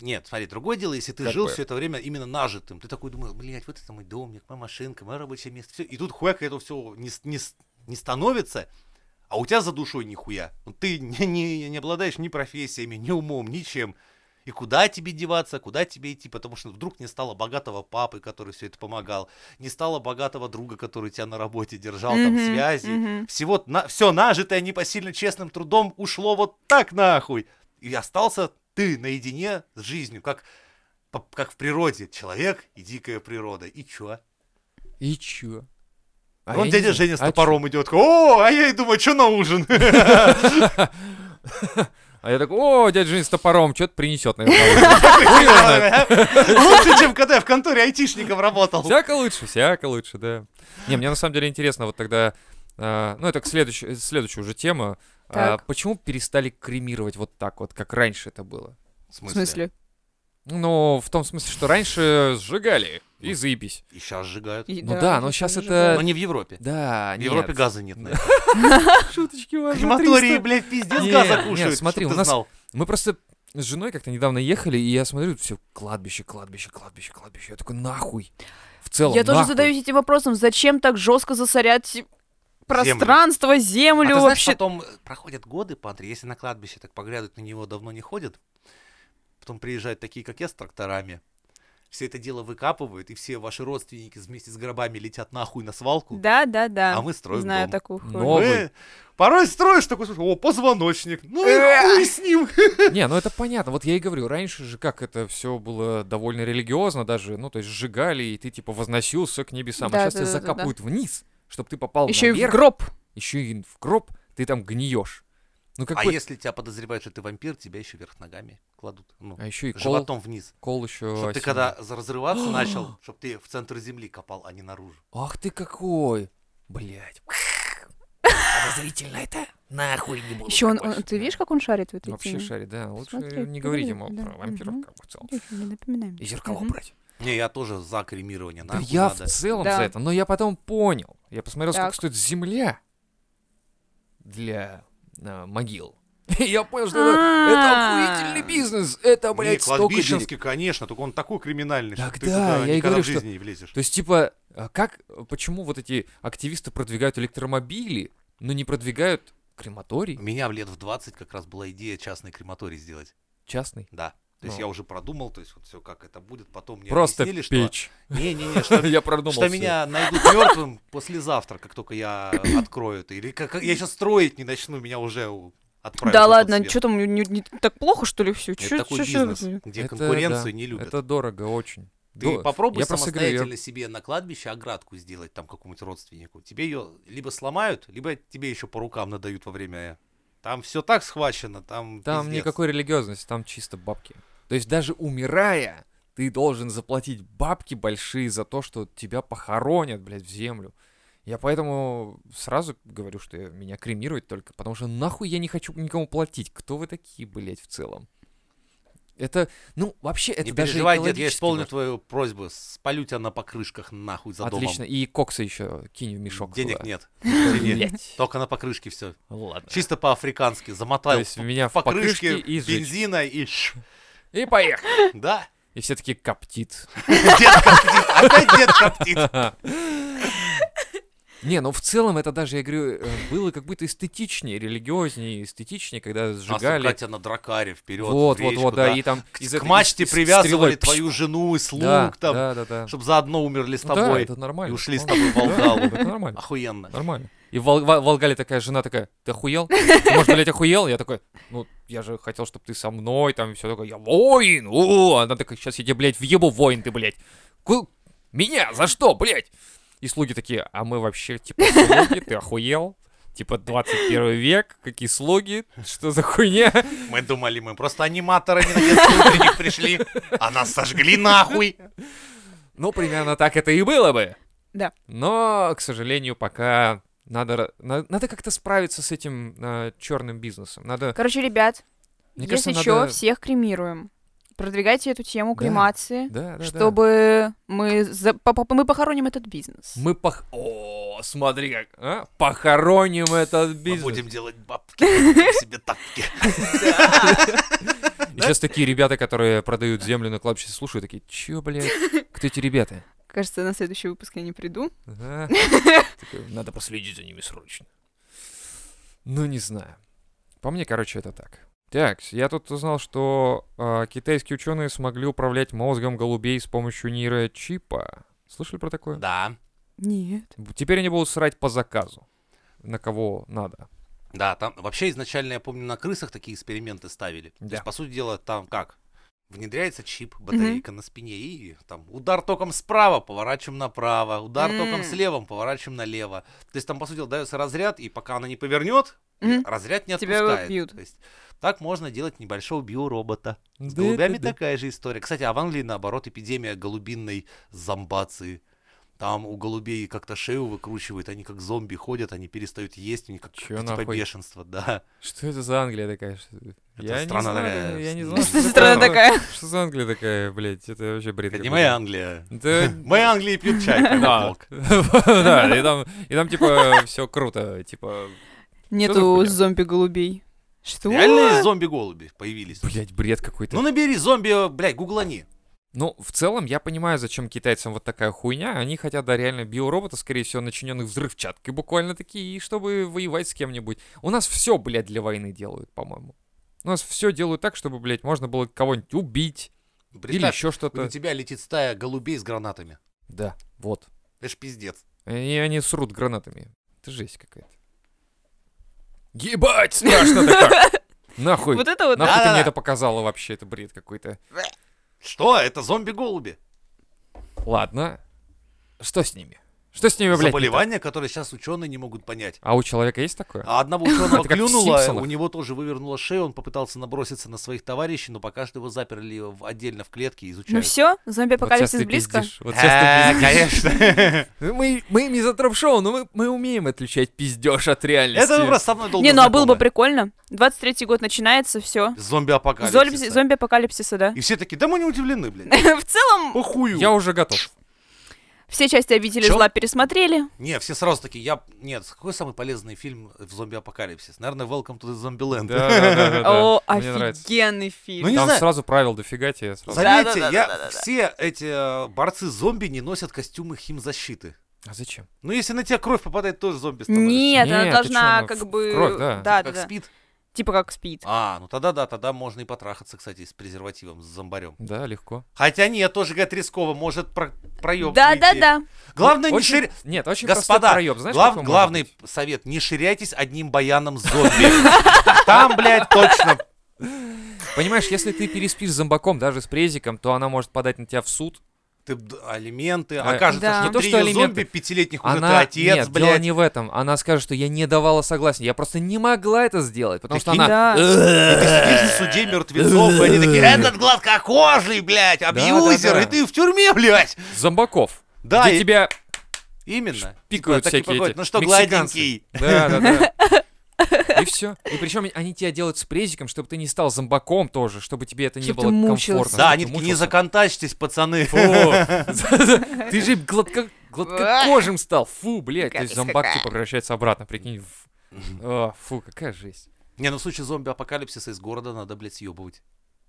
Нет, смотри, другое дело, если ты Как жил бы. все это время именно нажитым. Ты такой думаешь, блядь, вот это мой домик, моя машинка, мое рабочее место. Все. И тут хуя к этому все не, с- не, с- не становится, а у тебя за душой нихуя. Ну, Ты не, не, не обладаешь ни профессиями, ни умом, ничем. И куда тебе деваться, куда тебе идти, потому что вдруг не стало богатого папы, который все это помогал, не стало богатого друга, который тебя на работе держал, там, Мгм, связи, мгм. всего на, все нажитое непосильно честным трудом ушло вот так нахуй. И остался ты наедине с жизнью, как, по- как в природе человек и дикая природа. И чё? И чё? А Вон я дядя не знаю. Женя с А чё? топором идет. О, а я и думаю, что на ужин? А я такой, о, дядя Женя с топором, что-то принесет, наверное. Лучше, чем когда я в конторе айтишником работал. Всяко лучше, всяко лучше, да. Не, мне на самом деле интересно, вот тогда, а, ну это к следующ- э, следующая уже тема. А, Так. Почему перестали кремировать вот так вот, как раньше это было? В смысле? Ну, в том смысле, что раньше сжигали и заебись. И сейчас сжигают. И- Ну да, но сейчас щас уже, это да. Но не в Европе. Да, В Европе нет. газа нет. на это. Шуточки важны, Крематории, 300. блядь, пиздец Нет, газа нет, кушают. смотри, чтоб у ты нас- знал. Мы просто с женой как-то недавно ехали, и я смотрю, все кладбище, кладбище, кладбище, кладбище. Я такой, нахуй. В целом, Я тоже нахуй. задаюсь этим вопросом, зачем так жестко засорять пространство, А землю ты знаешь, вообще? потом э, проходят годы, Пантри, если на кладбище так поглядывать на него давно не ходят, потом приезжают такие, как я, с тракторами, все это дело выкапывают, и все ваши родственники вместе с гробами летят нахуй на свалку, Да, да, да. а мы строим Знаю дом. такую хуйню. Но- Новый. Мы- Порой строишь такой, слушай, о, позвоночник, ну и Э. хуй с ним. Не, ну это понятно. Вот я и говорю, раньше же как это все было довольно религиозно даже, ну то есть сжигали, и ты типа возносился к небесам. Да, а сейчас да, тебя да, да, да. закапывают вниз, чтобы ты попал Еще и в наверх, гроб. еще и в гроб, ты там гниешь. Ну А какой... если тебя подозревают, что ты вампир, тебя еще вверх ногами кладут, ну, А еще и кол, животом вниз. кол еще... Чтобы ты когда за- разрываться начал, чтобы ты в центр земли копал, а не наружу. Ах ты какой! Блять. Подозрительно это. Нахуй не буду. Еще он, такой. он- ты видишь, как он шарит в этой Вообще теме? шарит, да. Лучше Смотри, не говорить поговорим, ему да, про вампиров, мгм. как бы в целом. Тише, Не напоминаем. И зеркало Мгм. брать. Не, я тоже за кремирование. Да нахуй я в надо. целом Да. за это, но я потом понял. Я посмотрел, Так. сколько стоит земля для а, могил. И я понял, что это, это А. охуительный бизнес. Это, Не, блядь, столько денег. кладбищенский, конечно, только он такой криминальный, Так что ты да, туда я и никогда говорю, в что- жизни не влезешь. То есть, типа, а как, почему вот эти активисты продвигают электромобили, но не продвигают У крематорий меня в лет в 20 как раз была идея частной крематории сделать. частный? Да. То есть Ну. я уже продумал, то есть вот все как это будет. Потом мне Просто объяснили, печь. что... Не-не-не, что, Я продумал что всё. меня найдут мертвым послезавтра, как только я открою это. Или как, как я сейчас строить не начну, меня уже у- отправят. на Да тот ладно, свет. что там, не, не так плохо, что ли, все? Это такой бизнес, где Это конкуренцию да, не любят. Это дорого очень. Ты До- попробуй я просто говорю, я- самостоятельно себе на кладбище оградку сделать там какому-нибудь родственнику. Тебе ее либо сломают, либо тебе еще по рукам надают во время. э, Там все так схвачено, там. Там пиздец. никакой религиозности, там чисто бабки. То есть даже умирая, ты должен заплатить бабки большие за то, что тебя похоронят, блядь, в землю. Я поэтому сразу говорю, что меня кремировать только, потому что нахуй я не хочу никому платить. Кто вы такие, блядь, в целом? Это, ну, вообще, это Не даже переживай, дед, я экологически исполню важно. твою просьбу. Спалю тебя на покрышках нахуй за Отлично, домом. и кокса еще кинь в мешок. Денег туда. нет. Блядь. Только на покрышке все. Ладно. Чисто по-африкански. То Замотаю есть меня в покрышки покрышке и сжечь. бензина и ш. И поехали. Да. И все таки коптит. Дед коптит. Опять дед коптит. Не, ну в целом это даже, я говорю, э, было как будто эстетичнее, религиознее, эстетичнее, когда Насколько сжигали. тебя на дракаре вперед. Вот, в вот, речку, вот, да, и там К, из к этой- мачте из- из привязывали стрелой, твою жену и слуг да, там, Да, да, да. чтобы заодно умерли с Ну да, тобой. это нормально. и ушли с нормально. тобой в Да, Волгалу. Это нормально, Охуенно. нормально. И в Вол- Вол- Волгале такая жена такая, ты охуел? Ты, может, блядь, охуел? Я такой, ну, я же хотел, чтобы ты со мной, там, все такое, я воин, о, она такая, сейчас я тебе, блядь, въебу воин ты, блядь. Ку- Меня? За что, блядь? И слуги такие, а мы вообще, типа, слуги, ты охуел? Типа, 21 век, какие слуги, что за хуйня? Мы думали, мы просто аниматоры не на детский утренник пришли, а нас сожгли нахуй. Ну, примерно так это и было бы. Да. Но, к сожалению, пока надо, ра- на- надо как-то справиться с этим черным бизнесом. Надо, Короче, ребят, мне если кажется, еще надо... всех кремируем. Продвигайте эту тему Да. кремации, Да, да, да. чтобы мы, за- по- по- мы похороним этот бизнес. Мы пох... О, смотри как, а? Похороним этот Мы бизнес. будем делать бабки, купим себе тапки. И сейчас такие ребята, которые продают землю на кладбище, слушают, такие, чё, блядь, кто эти ребята? Кажется, на следующий выпуск я не приду. Ага. Такой, Надо последить за ними срочно. Ну, не знаю. По мне, короче, это так. Так, я тут узнал, что а, китайские ученые смогли управлять мозгом голубей с помощью нейрочипа. Слышали про такое? Да, Нет. Теперь они будут срать по заказу. На кого надо. да, там вообще изначально, я помню, на крысах такие эксперименты ставили. То Да. есть, по сути дела, там как? Внедряется чип, батарейка на спине, и там удар током справа, поворачиваем направо, удар током М. слева, поворачиваем налево. То есть там, по сути дела, дается разряд, и пока она не повернет, Мгм. разряд не Тебя отпускает. убьют. То есть так можно делать небольшого биоробота. С голубями такая же история. Кстати, а в Англии, наоборот, эпидемия голубинной зомбации. Там у голубей как-то шею выкручивают, они как зомби ходят, они перестают есть, у них как Чё типа нахуй? бешенство, да. Что это за Англия такая? Что- Я не страна знаю, такая, я не с- знаю. Что за Ну, страна правда. такая? Что за Англия такая, блядь? Это вообще бред. Это не какой-то. моя Англия. Да, Моя Англия пьет чай. прямо в Да, блок. да, и там, и там типа все круто, типа, Нету хуйня? зомби-голубей. Что? Реальные зомби-голуби появились. блядь, бред какой-то. Ну набери зомби, блядь, гуглани. Ну, в целом, я понимаю, зачем китайцам вот такая хуйня. Они хотят, да, реально биоробота, скорее всего, начиненных взрывчаткой буквально такие, и чтобы воевать с кем-нибудь. У нас все, блядь, для войны делают, по-моему. У нас все делают так, чтобы, блядь, можно было кого-нибудь убить или Представь, еще на что-то. тебя летит стая голубей с гранатами. Да, вот. Это ж пиздец. И они срут гранатами. Это жесть какая-то. Ебать, страшно-то как! Нахуй. Вот это вот. Нахуй ты Да-да-да. мне это показала вообще, это бред какой-то. Что? Это зомби-голуби. Ладно. Что с ними? Что с ними, блядь? не так? Заболевание, которое сейчас ученые не могут понять. А у человека есть такое? Типа. А одного ученого Это как в клюнуло, «Симпсонах». у него тоже вывернуло шею, он попытался наброситься на своих товарищей, но пока что его заперли в- отдельно в клетке и Ну изучают. все, Вот сейчас зомби-апокалипсис ты близко. пиздишь, Вот сейчас А, ты пиздишь. Ну, Конечно. Мы, мы мизотроп-шоу, но мы, мы умеем отличать пиздеж от реальности. Это вы просто со мной долго Не, ну а было бы знакомы. прикольно. 23-й год начинается, все. Зомби-апокалипсис. Зомби-апокалипсиса, да. И все такие, да мы не удивлены, блин. В целом, Похую. Я уже готов. все части обители Чё? зла пересмотрели. Не, все сразу такие, я... Нет, какой самый полезный фильм в зомби-апокалипсис? Наверное, Welcome to the Zombieland. Да, да, да, да, да. О, Мне нравится. офигенный Ну, не фильм. Там знаю. сразу правил дофига тебе. сразу. Да, Заметьте, да, да, я... да, да, да. все эти э, борцы-зомби не носят костюмы химзащиты. А зачем? Ну, если на тебя кровь попадает, тоже зомби становишься. Нет, она Ну, Нет, ты чё, должна она в как бы... кровь, да. Да, да, Как да. спит. Типа как спит. А, ну тогда да, тогда можно и потрахаться, кстати, с презервативом, с зомбарем. Да, легко. Хотя нет, тоже, говорит, рисково, может про проеб Да, да, да. Главное, не Ну, Очень- ширя- Нет, очень Господа, простой проеб. Знаешь, глав- какой может главный быть? совет, не ширяйтесь одним баяном с зомби. Там, блядь, точно. Понимаешь, если ты переспишь с зомбаком, даже с презиком, то она может подать на тебя в суд. Ты б- алименты, Да. окажется, Да. что Не то, три что её алименты. зомби пятилетних уже ты Она... отец, Нет, дело блядь. не в этом. Она скажет, что я не давала согласия. Я просто не могла это сделать, потому что Прикинь, она... «Э, Да. И ты сидишь в суде мертвецов, и они такие, этот гладкокожий, блядь, абьюзер, да. и ты в тюрьме, блядь. Зомбаков. Да, где и- тебя именно. пикают Типа, такие всякие подходят, эти Ну что, мексиканцы». гладенький. Да, да, да. И все. И причем они тебя делают с презиком, чтобы ты не стал зомбаком тоже, чтобы тебе это не Чтоб было ты мучился. комфортно. Да, чтобы они ты такие, не мучился. законтачьтесь, пацаны. Фу. Ты же гладко- гладкокожим стал. Фу, блядь. То Гадость есть зомбак какая. типа превращается обратно, прикинь. Ф- а, Фу, какая жесть. Не, ну в случае зомби-апокалипсиса из города надо, блядь, съебывать.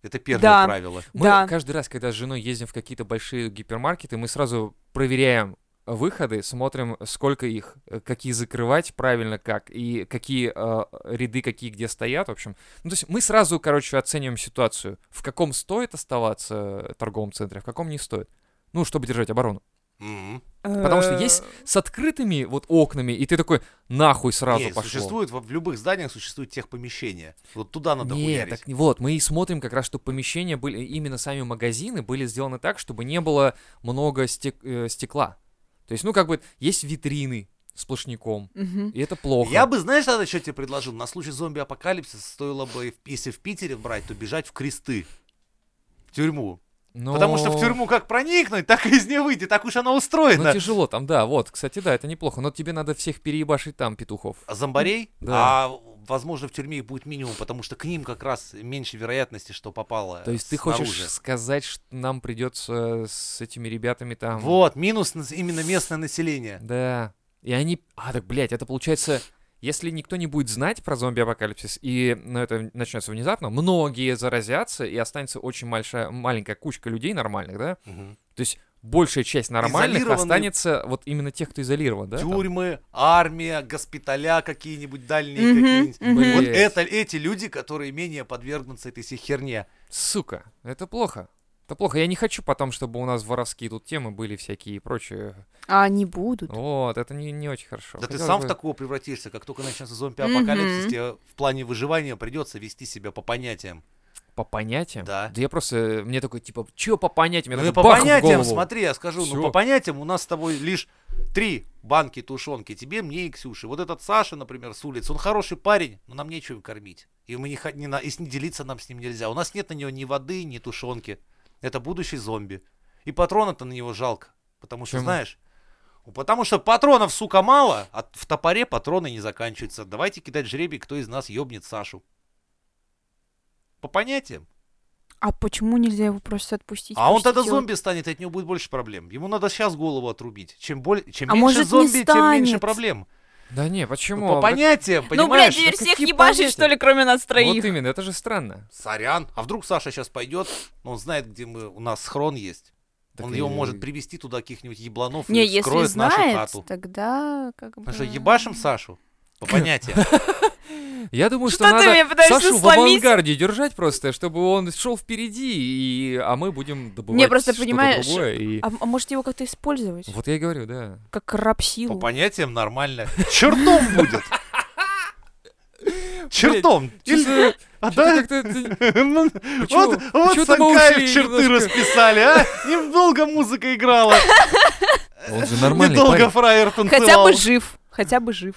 Это первое Да. правило. Мы Да. каждый раз, когда с женой ездим в какие-то большие гипермаркеты, мы сразу проверяем выходы, смотрим, сколько их, э, какие закрывать правильно, как, и какие э, ряды, какие где стоят, в общем. Ну, то есть мы сразу, короче, оцениваем ситуацию, в каком стоит оставаться торговом центре, а в каком не стоит. Ну, чтобы держать оборону. Мгм. Потому что Э, есть с открытыми вот окнами, и ты такой, нахуй сразу Не, пошло. существует, во- в любых зданиях существует техпомещение. Вот туда надо Нет, хуярить. так не- вот, мы и смотрим как раз, чтобы помещения были, именно сами магазины были сделаны так, чтобы не было много стек- э, стекла. То есть, ну, как бы, есть витрины сплошняком, мгм. и это плохо. Я бы, знаешь, тогда что тебе предложил? На случай зомби-апокалипсиса стоило бы, если в Питере брать, то бежать в кресты. В тюрьму. Но- Потому что в тюрьму как проникнуть, так и из нее выйти. Так уж она Ну, устроена. тяжело там, да, вот, кстати, да, это неплохо, но тебе надо всех переебашить там, петухов. А зомбарей, Да. а возможно в тюрьме их будет минимум, потому что к ним как раз меньше вероятности, что попало. То есть ты снаружи. хочешь сказать, что нам придется с этими ребятами там... Вот, минус нас- именно местное население. Да. И они... А, так, блядь, это получается... Если никто не будет знать про зомби-апокалипсис, и ну, это начнется внезапно, многие заразятся, и останется очень большая, маленькая кучка людей нормальных, да? Мгм. То есть большая часть нормальных Изолированные- останется вот именно тех, кто изолирован, да? там? Тюрьмы, армия, госпиталя какие-нибудь дальние Мгм, какие-нибудь. мгм. Блин. Вот Есть. это эти люди, которые менее подвергнутся этой всей херне. Сука, это плохо. Это плохо. Я не хочу потом, чтобы у нас воровские тут темы были всякие и прочее. А они будут. Вот, это не, не очень хорошо. Да ты Хотелось сам бы- в такого превратишься, как только начнется зомби-апокалипсис, Мгм. тебе в плане выживания придется вести себя по понятиям. По понятиям? Да. Да я просто... Мне такой, типа, чё по понятиям? Я Ну такой, и по бах в понятиям, голову. смотри, я скажу, ну Всё. по понятиям у нас с тобой лишь три банки тушенки, тебе, мне и Ксюше. Вот этот Саша, например, с улицы, он хороший парень, но нам нечего кормить. И, мы не, хо- не на- и с- не делиться нам с ним нельзя. У нас нет на него ни воды, ни тушенки. Это будущий зомби. И патрона-то на него жалко. Потому что, Почему? знаешь, ну, потому что патронов, сука, мало, а в топоре патроны не заканчиваются. Давайте кидать жребий, кто из нас ёбнет Сашу. По понятиям. А почему нельзя его просто отпустить? А он Просто тогда делать- зомби станет, и от него будет больше проблем. Ему надо сейчас голову отрубить. Чем, боль... Чем А меньше может, не зомби, тем меньше станет. проблем. Да не, Ну, почему? по А вот- понятиям, Ну, блядь, понимаешь? теперь Да всех какие ебашить, понятия? что ли, кроме нас типа Вот троих? именно, это же странно. Сорян. А вдруг Саша сейчас пойдет, но он знает, где мы, у нас схрон есть. Так он и- его может привести туда каких-нибудь ебланов Не, и если вскроет нашу знает, хату. тогда как бы... Ну что, ебашим Сашу? По понятиям. Я думаю, что, Ну Что ты надо меня пытаешься Сашу в сломить? авангарде держать просто, чтобы он шел впереди, и... а мы будем добывать Не, просто что-то понимаешь, другое, и- А, а может его как-то использовать? Вот я и говорю, да. Как По рабсилу? понятиям нормально. Чертом будет. Чертом. Или- Чё-то- А чё-то да? как-то ты- Вот, Почему- вот, вот почему-то мы Санкаев ушли черты немножко. расписали, а? Немного музыка играла. Он же нормальный Недолго парень. фраер танцевал. Хотя бы жив. Хотя бы жив.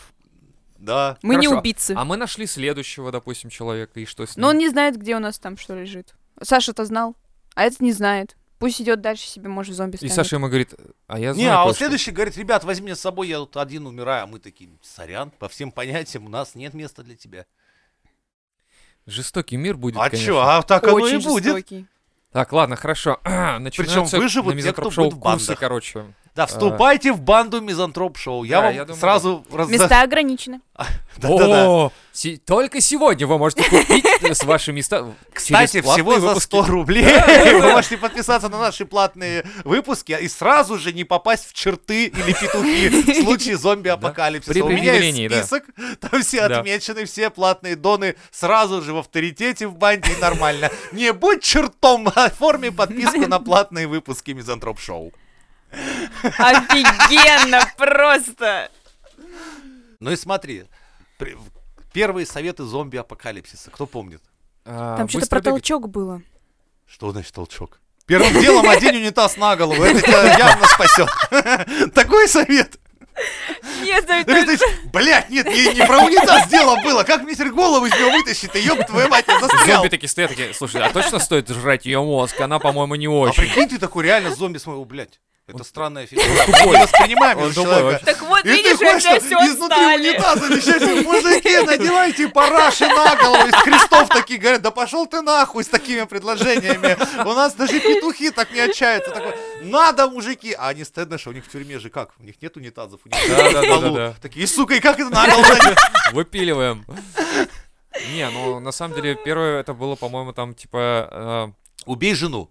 Да. Мы не Хорошо. убийцы. А мы нашли следующего, допустим, человека, и что с ним? Но он не знает, где у нас там что лежит. Саша-то знал, а этот не знает. Пусть идет дальше себе, может, зомби И станет. Саша ему говорит, а я знаю Не, а он кое-что». следующий говорит, ребят, возьми меня с собой, я тут один умираю. А мы такие, сорян, по всем понятиям, у нас нет места для тебя. Жестокий мир будет, а конечно. чё, а так оно и Очень будет. жестокий. Так, ладно, хорошо. Начинаются выживут на те, кто мизантроп-шоу будет в курсы, бандах. короче. Да, вступайте в банду Мизантроп-шоу. Я А. Да, вам я думаю, сразу... раз- Места ограничены. Да-да-да. О, се- только сегодня вы можете купить э, с ваши места. Кстати, через платные всего за выпуски. 100 рублей вы можете подписаться на наши платные выпуски и сразу же не попасть в черты или петухи в случае зомби-апокалипсиса. При У меня предъявлении, есть да. список, там все Да. отмечены, все платные доны сразу же в авторитете в банде и нормально. Не будь чертом, оформи подписку на платные выпуски Мизантроп-шоу. Офигенно просто. Ну и смотри, при- первые советы зомби-апокалипсиса, кто помнит? А, Там что-то быстро про бегать. толчок было. Что значит толчок? Первым делом одень унитаз на голову, это тебя явно спасет. Такой совет. Нет, там- Ну, это ж, Блядь, нет, не, не про унитаз дело было. Как мне теперь голову из него вытащить? Ты ёб твою мать, я застрял. Зомби такие стоят, такие, слушай, а точно стоит жрать ее мозг? Она, по-моему, не А очень. прикинь, ты такой реально зомби с моего, блядь. Это странная фигура. Мы тупой. не воспринимаем Он тупой этого человека. вообще. Так вот, И ты видишь, у хочешь, тебя что все изнутри отстали. унитаза вещаешь, мужики, надевайте параши на голову, из крестов такие говорят, да пошел ты нахуй с такими предложениями. У нас даже петухи так не отчаются. Такой, надо, мужики. А они стыдно, что у них в тюрьме же как? У них нет унитазов, у них на Да-да-да-да-да. полу. Такие, сука, и как это на голову надеть?» Выпиливаем. Не, ну на самом деле первое это было, по-моему, там типа Убей жену.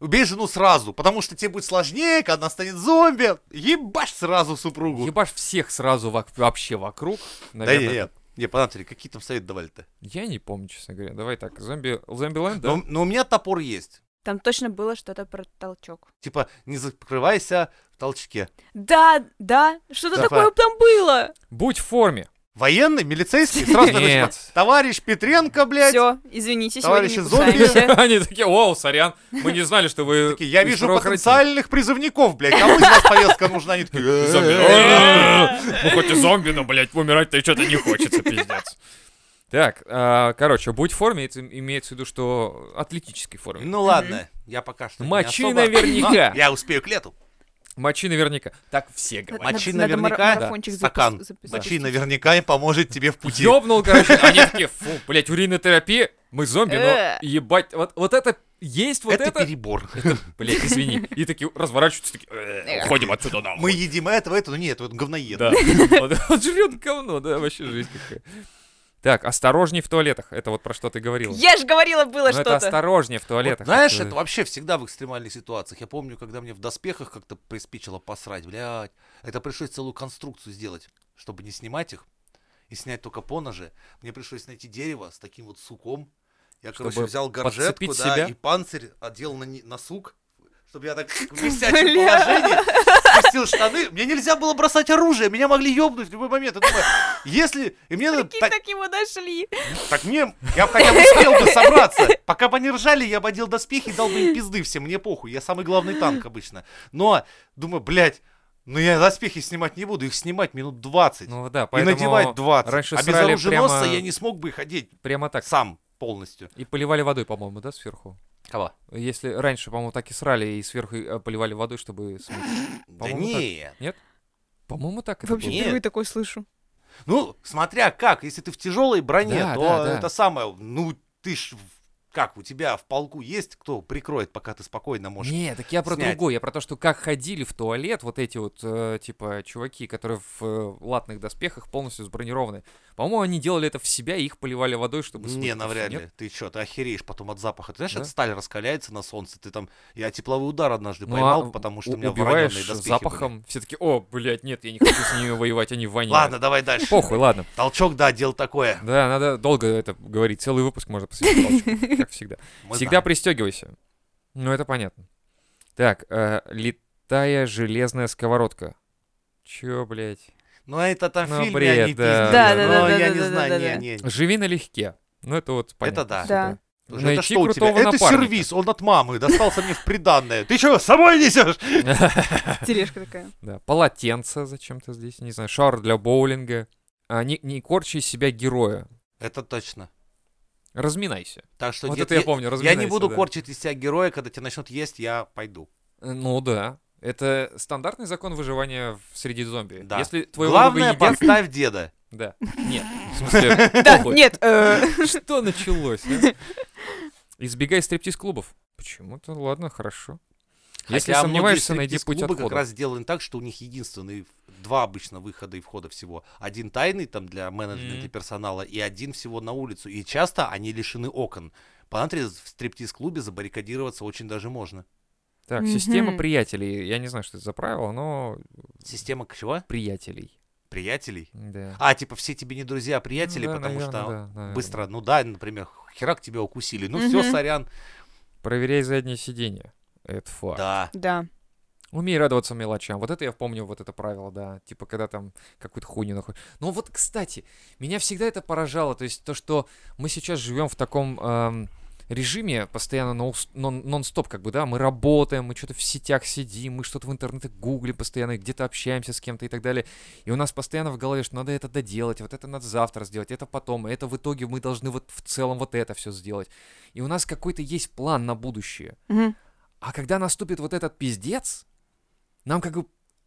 Убей жену сразу, потому что тебе будет сложнее, когда она станет зомби. Ебашь сразу э, супругу. ебашь всех сразу вок- вообще вокруг. Да Наверное, нет, нет. Не, понадобится, какие там советы давали-то? Я не помню, честно говоря. Давай так, зомби, зомбиленд, да? Но, но у меня топор есть. Там точно было что-то про толчок. Типа, не закрывайся в толчке. Да, да, что-то Давай. такое там было. Будь в форме. Военный, милицейский, сразу такой, типа, Нет. товарищ Петренко, блядь. Все, извините, сегодня Товарищи не зомби. кусаемся. Они такие, оу, сорян, мы не знали, что вы... Такие, Я из вижу правоохранителей». потенциальных призывников, блядь. Кому из вас повестка нужна? Они такие, И зомби, «Э-э-э, Ну хоть и зомби, но, блядь, умирать-то что-то не хочется, пиздец. Так, а, короче, будь в форме, это имеется в виду, что атлетической форме. Ну ладно, я пока что не Мочи особо, наверняка. но Я успею к лету. Мочи наверняка. Так все говорят. Мочи Надо- надо мара- наверняка, да. марафончик запис- стакан. запис- Мочи наверняка и поможет тебе в пути. Ёбнул, короче, они такие, фу, блядь, уринотерапия, мы зомби, но Э. ебать, вот, вот это есть вот Это, это... перебор. Блять, извини. И такие разворачиваются, такие, «Э, уходим отсюда нам. Мы едим этого, этого, нет, вот говноед. Да. Он, он жрет говно, да, вообще жизнь какая. Так, осторожней в туалетах. Это вот про что ты говорил. Я же говорила, было Ну, это что-то. осторожнее в Вот туалетах. Э. знаешь, это вообще всегда в экстремальных ситуациях. Я помню, когда мне в доспехах как-то приспичило посрать, блядь. Это пришлось целую конструкцию сделать, чтобы не снимать их и снять только поножи. Мне пришлось найти дерево с таким вот суком. Я, Чтобы короче, взял горжетку, подцепить да, себя? и панцирь одел на, ни- на сук, чтобы я так в висячем Бля. положении спустил штаны. Мне нельзя было бросать оружие, меня могли ёбнуть в любой момент. Я думаю, если... И мне надо Прикинь, Ну, та- так его нашли. так мне, я бы хотя бы успел бы собраться. Пока бы они ржали, я бы одел доспехи и дал бы им пизды всем. Мне похуй, я самый главный танк обычно. Но, думаю, блядь, ну я доспехи снимать не буду, их снимать минут 20. Ну да, и поэтому надевать 20. раньше а без срали оруженосца прямо- я не смог бы их одеть прямо так. сам полностью. И поливали водой, по-моему, да, сверху? Кого? Если раньше, по-моему, так и срали, и сверху э, поливали водой, чтобы смыть. Да По-моему, нет. По-моему, так это Вообще было. Нет. впервые такое слышу. Ну, смотря как, если ты в тяжелой броне, Да, то да, да. это самое, ну ты ж в- как, у тебя в полку есть кто прикроет, пока ты спокойно можешь Не, так я про снять. другое. Я про то, что как ходили в туалет вот эти вот, э, типа, чуваки, которые в э, латных доспехах полностью сбронированы. По-моему, они делали это в себя, и их поливали водой, чтобы... смыть Не, это всё. навряд Нет? ли. Ты что, ты охереешь потом от запаха. Ты знаешь, Да? эта сталь раскаляется на солнце. Ты там. Я тепловой удар однажды Ну, поймал, а потому что у- у меня вороненые убиваешь доспехи. запахом. Все таки о, блядь, нет, я не хочу с ними воевать, они были. воняют. Ладно, давай дальше. э, Похуй, ладно. Толчок, да, дело такое. Да, надо долго это говорить. Целый выпуск можно посвятить толчку, как всегда. Мы Всегда знаем. пристегивайся. Ну, это понятно. Так, э, летая железная сковородка. Чё, блядь? Ну, это там Ну, фильм, бред, они да. пиздят. Да, да, Но да, Ну, я да, не да, да, знаю, да. не, не. не. Живи налегке. Ну, это вот понятно. да. всегда. Слушай, Найти это что у тебя? крутого Это напарника. сервис, он от мамы, достался мне в приданное. Ты что, с собой несешь? Тележка такая. Да. Полотенце зачем-то здесь, не знаю. Шар для боулинга. А, не, не корчи из себя героя. Это точно. Разминайся. Так что вот нет, это я я- помню, я разминайся. не буду да. корчить из себя героя, когда тебя начнут есть, я пойду. Э, Ну да. Это стандартный закон выживания в- среди зомби. Да. Если твоего Главное, друга едят... подставь деда. Да. Нет. В смысле, Да, похуй. нет, э, Что началось? а? Избегай стриптиз-клубов. Почему-то, ладно, хорошо. Если Хотя сомневаешься, многие найди путь стриптиз-клубы отхода. как раз сделаны так, что у них единственные два обычно выхода и входа всего. Один тайный там для менеджмента и Мгм. персонала, и один всего на улицу. И часто они лишены окон. Понадобится в стриптиз-клубе забаррикадироваться очень даже можно. Так, система Мгм. приятелей. Я не знаю, что это за правило, но Система к- чего? приятелей. Приятелей? Да. А, типа все тебе не друзья, а приятели, Ну да, потому наверно, что да, наверно. быстро, ну да, например, херак тебя укусили. Ну все, Мгм. сорян. Проверяй заднее сиденье. Это факт. Да. да. Умей радоваться мелочам. Вот это я помню, вот это правило, да. Типа, когда там какую-то хуйню находишь. Но вот, кстати, меня всегда это поражало. То есть то, что мы сейчас живем в таком эм, режиме постоянно ноус- нон- нон-стоп, как бы, да. Мы работаем, мы что-то в сетях сидим, мы что-то в интернете гуглим постоянно, где-то общаемся с кем-то и так далее. И у нас постоянно в голове, что надо это доделать, вот это надо завтра сделать, это потом, это в итоге мы должны вот в целом вот это все сделать. И у нас какой-то есть план на будущее. Мгм. А когда наступит вот этот пиздец, нам как бы...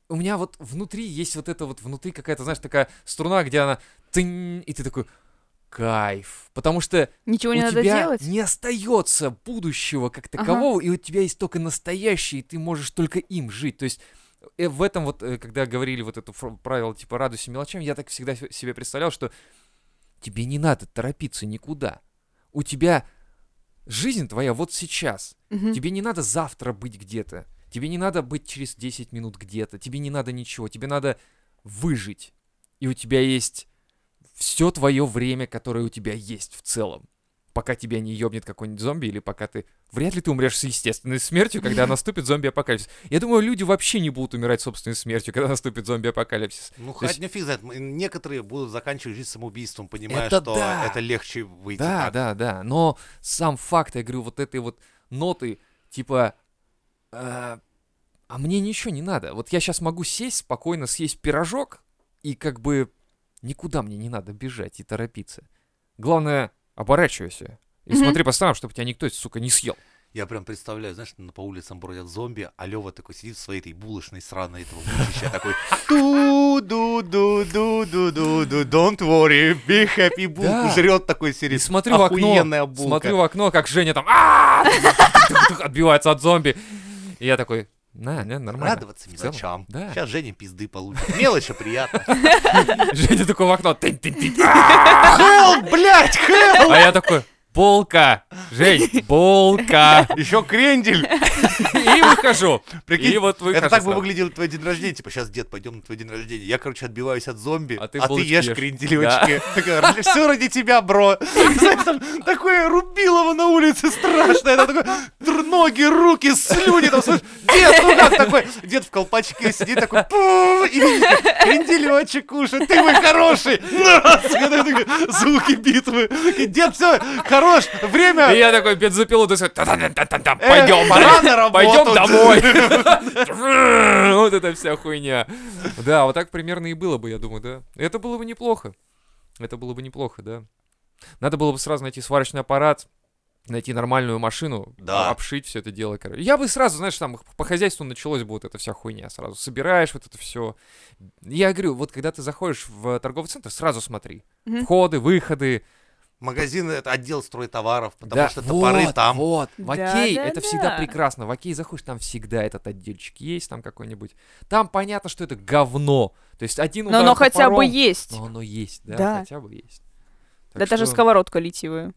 У меня вот внутри есть вот это вот, внутри какая-то, знаешь, такая струна, где она... тынь, и ты такой... Кайф. Потому что Ничего у не надо тебя делать. не остается будущего как Ага. такового, и у тебя есть только настоящее, и ты можешь только им жить. То есть э, в этом вот, э, когда говорили вот это фр- правило типа «радуйся мелочам», я так всегда фе- себе представлял, что тебе не надо торопиться никуда. У тебя жизнь твоя вот сейчас. Мгм. Тебе не надо завтра быть где-то. Тебе не надо быть через 10 минут где-то. Тебе не надо ничего. Тебе надо выжить. И у тебя есть все твое время, которое у тебя есть в целом. Пока тебя не ёбнет какой-нибудь зомби, или пока ты... Вряд ли ты умрешь с естественной смертью, когда наступит зомби-апокалипсис. Я думаю, люди вообще не будут умирать собственной смертью, когда наступит зомби-апокалипсис. Ну, То есть- хоть не фиг знает, м, некоторые будут заканчивать жизнь самоубийством, понимая, Это что да. это легче выйти Да, Типа так. да, да. Но сам факт, я говорю, вот этой вот ноты, типа, э, а мне ничего не надо. Вот я сейчас могу сесть спокойно, съесть пирожок, и как бы никуда мне не надо бежать и торопиться. Главное, оборачивайся. И Мгм. смотри по сторонам, чтобы тебя никто, сука, не съел. Я прям представляю, знаешь, на- по улицам бродят зомби, а Лева такой сидит в своей этой булочной сраной этого булочища, такой ту ду ду ду ду ду ду don't worry, be happy, булку Да. жрет такой И серии. смотрю в Охуенная окно, булка. смотрю в окно, как Женя там «А!» отбивается от зомби. И я такой, на, не, нормально. Радоваться В целом, мелочам. да. Сейчас Женя пизды получит. Мелочи приятно. Женя такой в окно, «Тынь-тынь-тынь». Хелл, блядь, хелл! а я такой, Болка, Жень, болка. Еще крендель. И выхожу. Прикинь, и вот выхожу. Это так бы сразу. выглядело твой день рождения. Типа, сейчас, дед, пойдем на твой день рождения. Я, короче, отбиваюсь от зомби, А а ты ты, булочки ешь ешь. кренделечки. Все ради тебя, бро. Знаешь, там такое рубилово на улице страшное. Это такое тр- ноги, руки, слюни. Там, слышишь, дед, ну как такой? Дед в колпачке сидит такой, «Пу!» и видит, кренделечек кушает. Ты мой хороший. На! Это такие Звуки битвы. И Дед, все, И хорош. Время. я такой бензопилу, ты Э, пойдем, пора на работу. Пойдем домой. Вот это вся хуйня. Да, вот так примерно и было бы, я думаю, да. Это было бы неплохо. Это было бы неплохо, да. Надо было бы сразу найти сварочный аппарат, найти нормальную машину, Да. обшить все это дело, короче. Я бы сразу, знаешь, там по хозяйству началось бы вот эта вся хуйня сразу. Собираешь вот это все. Я говорю, вот когда ты заходишь в торговый центр, сразу смотри. Мгм. Входы, выходы. Магазин — это отдел стройтоваров, потому Да, что топоры вот, там. Вот, в Да, окей, да, это всегда да. прекрасно. В окей заходишь, там всегда этот отдельчик есть, там какой-нибудь. Там понятно, что это говно. То есть один Но удар оно хотя бы топором, есть. Но оно есть, да, Да. хотя бы есть. Ну, Так Да даже что- сковородка литиевая.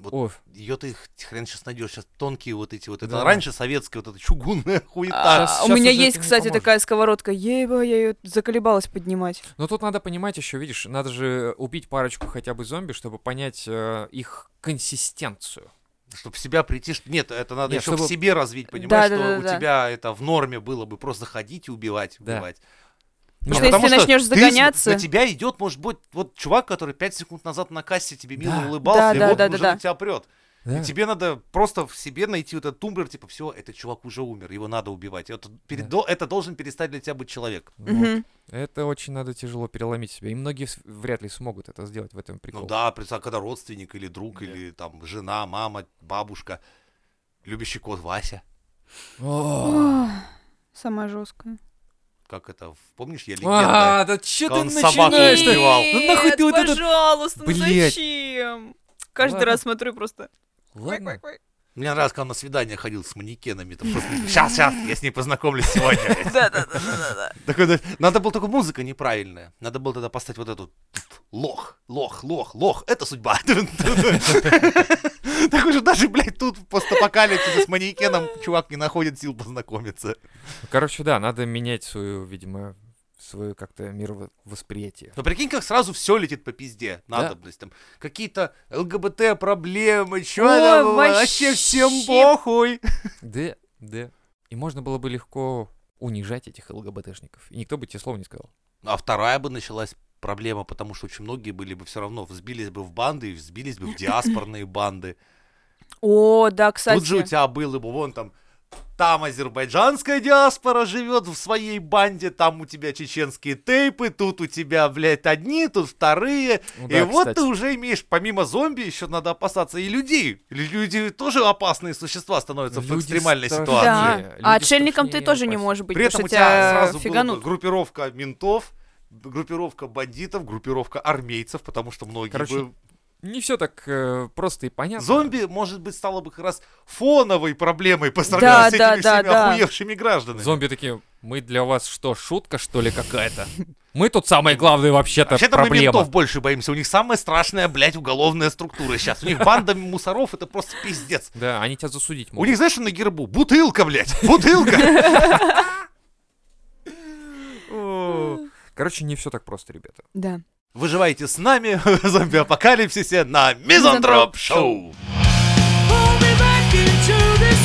Вот Ой, ее ты х- хрен сейчас найдешь. Сейчас тонкие вот эти вот. Это Да. раньше советская вот эта чугунная А, хуета. щас- у щас меня уже есть, это не кстати, поможет. такая сковородка. Ей-ба, я ее заколебалась поднимать. Но тут надо понимать еще, видишь, надо же убить парочку хотя бы зомби, чтобы понять э, их консистенцию. Чтобы в себя прийти. ш- Нет, это надо Нет, еще чтобы- в себе развить, понимаешь, Да, да, что да, у да. тебя это в норме было бы просто заходить и убивать, Да. убивать. А Ну, что если начнешь ты см- загоняться- На тебя идет, может быть, вот чувак, который 5 секунд назад на кассе тебе мило Да. улыбался, Да, и да, вот да, он да, уже да. на тебя прет. Да. И тебе надо просто в себе найти вот этот тумблер, типа, все, этот чувак уже умер, его надо убивать. Это, перед- Да. до- это должен перестать для тебя быть человек. Вот. Мгм. Это очень надо тяжело переломить себя. И многие с- вряд ли смогут это сделать в этом прикол. Ну да, представь, когда родственник или друг, или там жена, мама, бабушка, любящий кот Вася. О. Ох, Самая жесткая. Как это, в- помнишь, я легенда. А, да че ты Он собаку начинаешь? убил. убивал. Нет, Ну нахуй ты вот этот- пожалуйста, ну Блядь. зачем? Каждый Ладно. раз смотрю просто. Ладно. Квак-квак-квак. Мне нравилось, когда он на свидание ходил с манекенами. Там просто, сейчас, сейчас, я с ней познакомлюсь сегодня. Да-да-да-да-да. Такой, да, надо было только музыка неправильная. Надо было тогда поставить вот эту лох, лох, лох, лох. Это судьба. Такой же даже, блядь, тут в постапокалипсисе с манекеном чувак не находит сил познакомиться. Короче, да, надо менять свою, видимо, свое как-то мировосприятие. Но прикинь, как сразу все летит по пизде. Надобность там. Какие-то ЛГБТ проблемы, чё Ой, там, вообще вообще. всем похуй. Да, да. И можно было бы легко унижать этих ЛГБТшников. И никто бы тебе слова не сказал. А вторая бы началась проблема, потому что очень многие были бы все равно взбились бы в банды и взбились бы в диаспорные банды. О, да, кстати. Тут же у тебя было бы вон там там азербайджанская диаспора живет в своей банде, там у тебя чеченские тейпы, тут у тебя, блядь, одни, тут вторые. Ну и да, вот кстати. ты уже имеешь, помимо зомби, еще надо опасаться и людей. Лю- Люди тоже опасные существа становятся в Люди экстремальной страшные. ситуации. Да. Ладно, люди А отшельником ты страшнее тоже не опасен. можешь быть, При этом потому у что тебя сразу тебя было бы фиганут. группировка ментов, б- группировка бандитов, группировка армейцев, потому что многие Короче, бы... Не все так э, просто и понятно. Зомби, может быть, стало бы как раз фоновой проблемой по сравнению Да, с этими да, всеми да, да. охуевшими гражданами. Зомби такие, мы для вас что, шутка что ли какая-то? Мы тут самые главные вообще-то Вообще-то мы проблема. ментов больше боимся. У них самая страшная, блядь, уголовная структура сейчас. У них банда мусоров, это просто пиздец. Да, они тебя засудить У могут. них, знаешь, что на гербу? Бутылка, блядь, бутылка. Короче, не все так просто, ребята. Да. Выживайте с нами в зомби-апокалипсисе на Мизантроп Шоу. Hold me back into this